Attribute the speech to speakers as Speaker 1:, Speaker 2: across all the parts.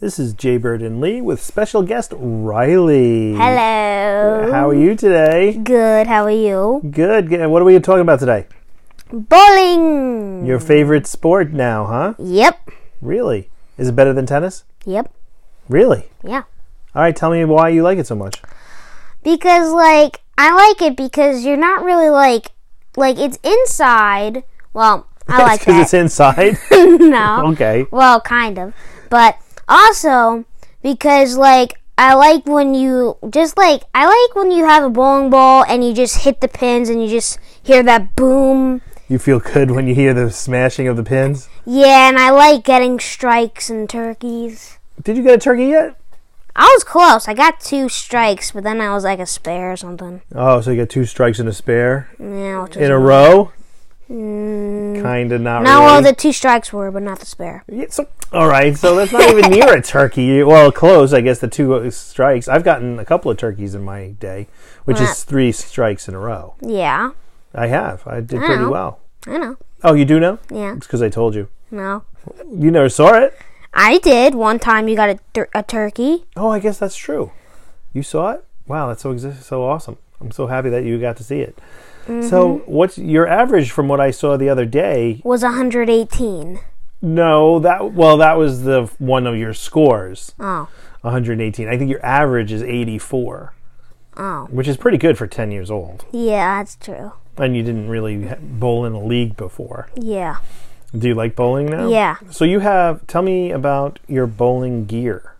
Speaker 1: This is Jay Bird and Lee with special guest Riley.
Speaker 2: Hello.
Speaker 1: How are you today?
Speaker 2: Good. How are you?
Speaker 1: Good. Good. What are we talking about today?
Speaker 2: Bowling.
Speaker 1: Your favorite sport now, huh?
Speaker 2: Yep.
Speaker 1: Really? Is it better than tennis?
Speaker 2: Yep.
Speaker 1: Really?
Speaker 2: Yeah.
Speaker 1: All right, tell me why you like it so much.
Speaker 2: Because like I like it because you're not really like like it's inside. Well, I like
Speaker 1: Because
Speaker 2: that.
Speaker 1: it's inside.
Speaker 2: no.
Speaker 1: okay.
Speaker 2: Well, kind of. But also because like I like when you just like I like when you have a bowling ball and you just hit the pins and you just hear that boom.
Speaker 1: You feel good when you hear the smashing of the pins.
Speaker 2: Yeah, and I like getting strikes and turkeys.
Speaker 1: Did you get a turkey yet?
Speaker 2: I was close. I got two strikes, but then I was like a spare or something.
Speaker 1: Oh, so you got two strikes and a spare
Speaker 2: Yeah, which is,
Speaker 1: in a row?
Speaker 2: mm,
Speaker 1: Kinda not
Speaker 2: not
Speaker 1: really.
Speaker 2: all the two strikes were, but not the spare.
Speaker 1: Yeah, so, all right, so that's not even near a turkey. Well, close, I guess. The two strikes. I've gotten a couple of turkeys in my day, which
Speaker 2: Well,
Speaker 1: is three strikes in a row.
Speaker 2: Yeah,
Speaker 1: I have. I did pretty
Speaker 2: Ow.
Speaker 1: well.
Speaker 2: I know.
Speaker 1: Oh, you do know?
Speaker 2: Yeah,
Speaker 1: It's because I told you.
Speaker 2: no,
Speaker 1: You never saw it.
Speaker 2: I did one time. You got a, tur- a turkey.
Speaker 1: Oh, I guess that's true. You saw it. Wow, that's so exi- so awesome. I'm so happy that you got to see it. So, what's your average from what I saw the other day?
Speaker 2: Was 118.
Speaker 1: No, that well, that was the one of your scores.
Speaker 2: Oh,
Speaker 1: 118. I think your average is 84,
Speaker 2: oh,
Speaker 1: which is pretty good for 10 years old.
Speaker 2: yeah, that's true.
Speaker 1: And you didn't really ha- bowl in a league before.
Speaker 2: Yeah,
Speaker 1: Do you like bowling now?
Speaker 2: yeah.
Speaker 1: So you have. Tell me about your bowling gear.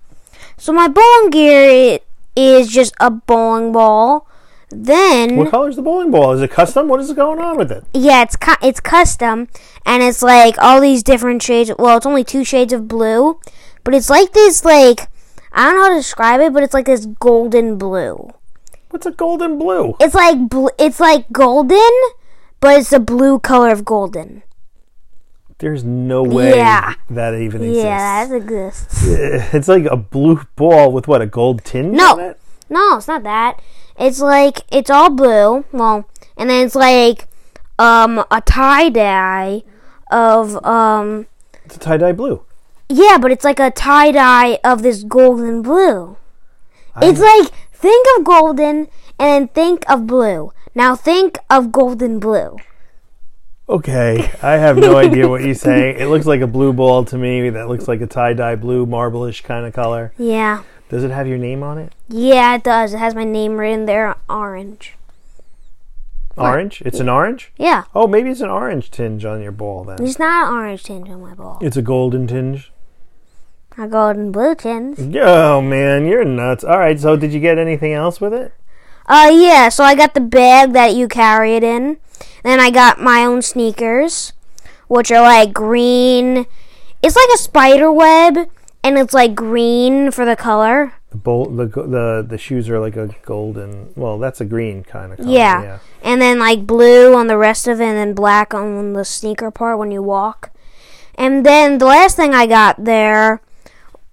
Speaker 2: So my bowling gear i- is just a bowling ball. Then
Speaker 1: What color is the bowling ball? Is it custom? What is going on with it?
Speaker 2: Yeah, it's cu- it's custom, and it's like all these different shades. Well, it's only two shades of blue, but it's like this like I don't know how to describe it, but it's like this golden blue.
Speaker 1: What's a golden blue?
Speaker 2: It's like bl- it's like golden, but it's the blue color of golden.
Speaker 1: There's no way
Speaker 2: Yeah.
Speaker 1: that even exists.
Speaker 2: Yeah, that exists.
Speaker 1: It's like a blue ball with what a gold tinge
Speaker 2: No.
Speaker 1: on it.
Speaker 2: No, it's not that. It's like it's all blue. Well, and then it's like um a tie dye of um
Speaker 1: It's a tie dye blue.
Speaker 2: yeah, but it's like a tie dye of this golden blue.
Speaker 1: I-
Speaker 2: It's like think of golden and then think of blue. Now think of golden blue.
Speaker 1: Okay, I have no idea what you're saying. It looks like a blue ball to me. That looks like a tie dye blue, marblish kind of color.
Speaker 2: Yeah.
Speaker 1: Does it have your name on it?
Speaker 2: Yeah, it does. It has my name written there orange.
Speaker 1: Orange. It's an orange.
Speaker 2: Yeah.
Speaker 1: Oh, maybe it's an orange tinge on your ball then.
Speaker 2: It's not an orange tinge on my ball.
Speaker 1: It's a golden tinge.
Speaker 2: Not golden blue tinge.
Speaker 1: Oh man, you're nuts. All right, so did you get anything else with it?
Speaker 2: Uh yeah, so I got the bag that you carry it in. Then I got my own sneakers, which are like green. It's like a spider web and it's like green for the color.
Speaker 1: The bowl, the go- the the shoes are like a golden. Well, that's a green kind of color.
Speaker 2: Yeah. And then like blue on the rest of it and then black on the sneaker part when you walk. And then the last thing I got there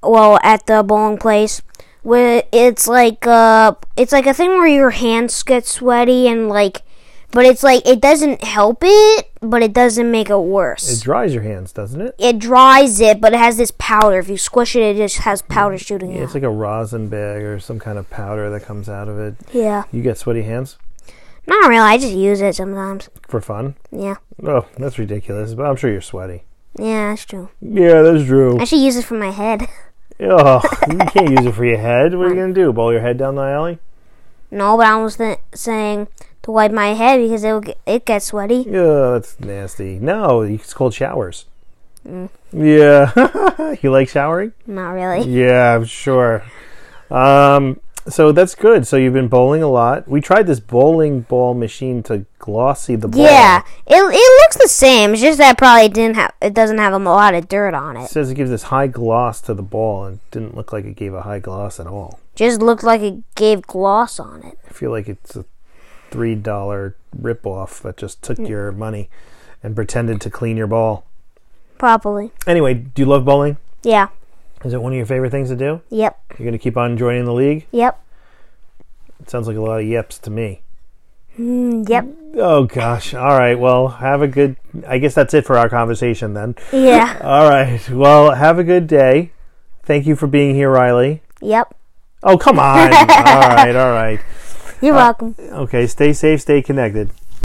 Speaker 2: well at the bowling place where it's like uh it's like a thing where your hands get sweaty and like but it's like it doesn't help it, but it doesn't make it
Speaker 1: It
Speaker 2: worse.
Speaker 1: dries your hands, doesn't it?
Speaker 2: It dries it, but it has this powder. If you squish it, it just has powder shooting
Speaker 1: It's
Speaker 2: out.
Speaker 1: like a rosin bag or some kind of powder that comes out of it.
Speaker 2: Yeah.
Speaker 1: You get sweaty hands
Speaker 2: Not really. I just use it sometimes.
Speaker 1: for fun.
Speaker 2: Yeah.
Speaker 1: Oh, that's ridiculous. But I'm sure you're sweaty.
Speaker 2: Yeah, that's true.
Speaker 1: Yeah, that's true.
Speaker 2: I should use it for my head.
Speaker 1: Oh, you can't use it for your head. What are you gonna do? Bowl your head down the alley?
Speaker 2: No, but I was th- saying to wipe my head because it will get, it gets sweaty.
Speaker 1: Yeah, that's nasty. No, it's called showers. Yeah, you like showering?
Speaker 2: Not really.
Speaker 1: Yeah, I'm sure. Um, so that's good. So you've been bowling a lot. We tried this bowling ball machine to glossy the ball.
Speaker 2: Yeah, it it looks the same. It's just that probably it didn't have it doesn't have a lot of dirt on
Speaker 1: It
Speaker 2: it.
Speaker 1: says it gives this high gloss to the ball and didn't look like it gave a high gloss at all.
Speaker 2: Just looked like it gave gloss on it.
Speaker 1: I feel like it's a three dollar ripoff that just took your money and pretended to clean your ball.
Speaker 2: Probably.
Speaker 1: Anyway, do you love bowling?
Speaker 2: Yeah.
Speaker 1: Is it one of your favorite things to do?
Speaker 2: Yep.
Speaker 1: You're gonna keep on joining the league?
Speaker 2: Yep.
Speaker 1: It sounds like a lot of yeps to me.
Speaker 2: Mm, yep.
Speaker 1: Oh gosh. All right. Well, have a good I guess that's it for our conversation then.
Speaker 2: Yeah.
Speaker 1: All right. Well, have a good day. Thank you for being here, Riley.
Speaker 2: Yep.
Speaker 1: Oh, come on. all right, all right.
Speaker 2: You're welcome.
Speaker 1: Okay, stay safe, stay connected.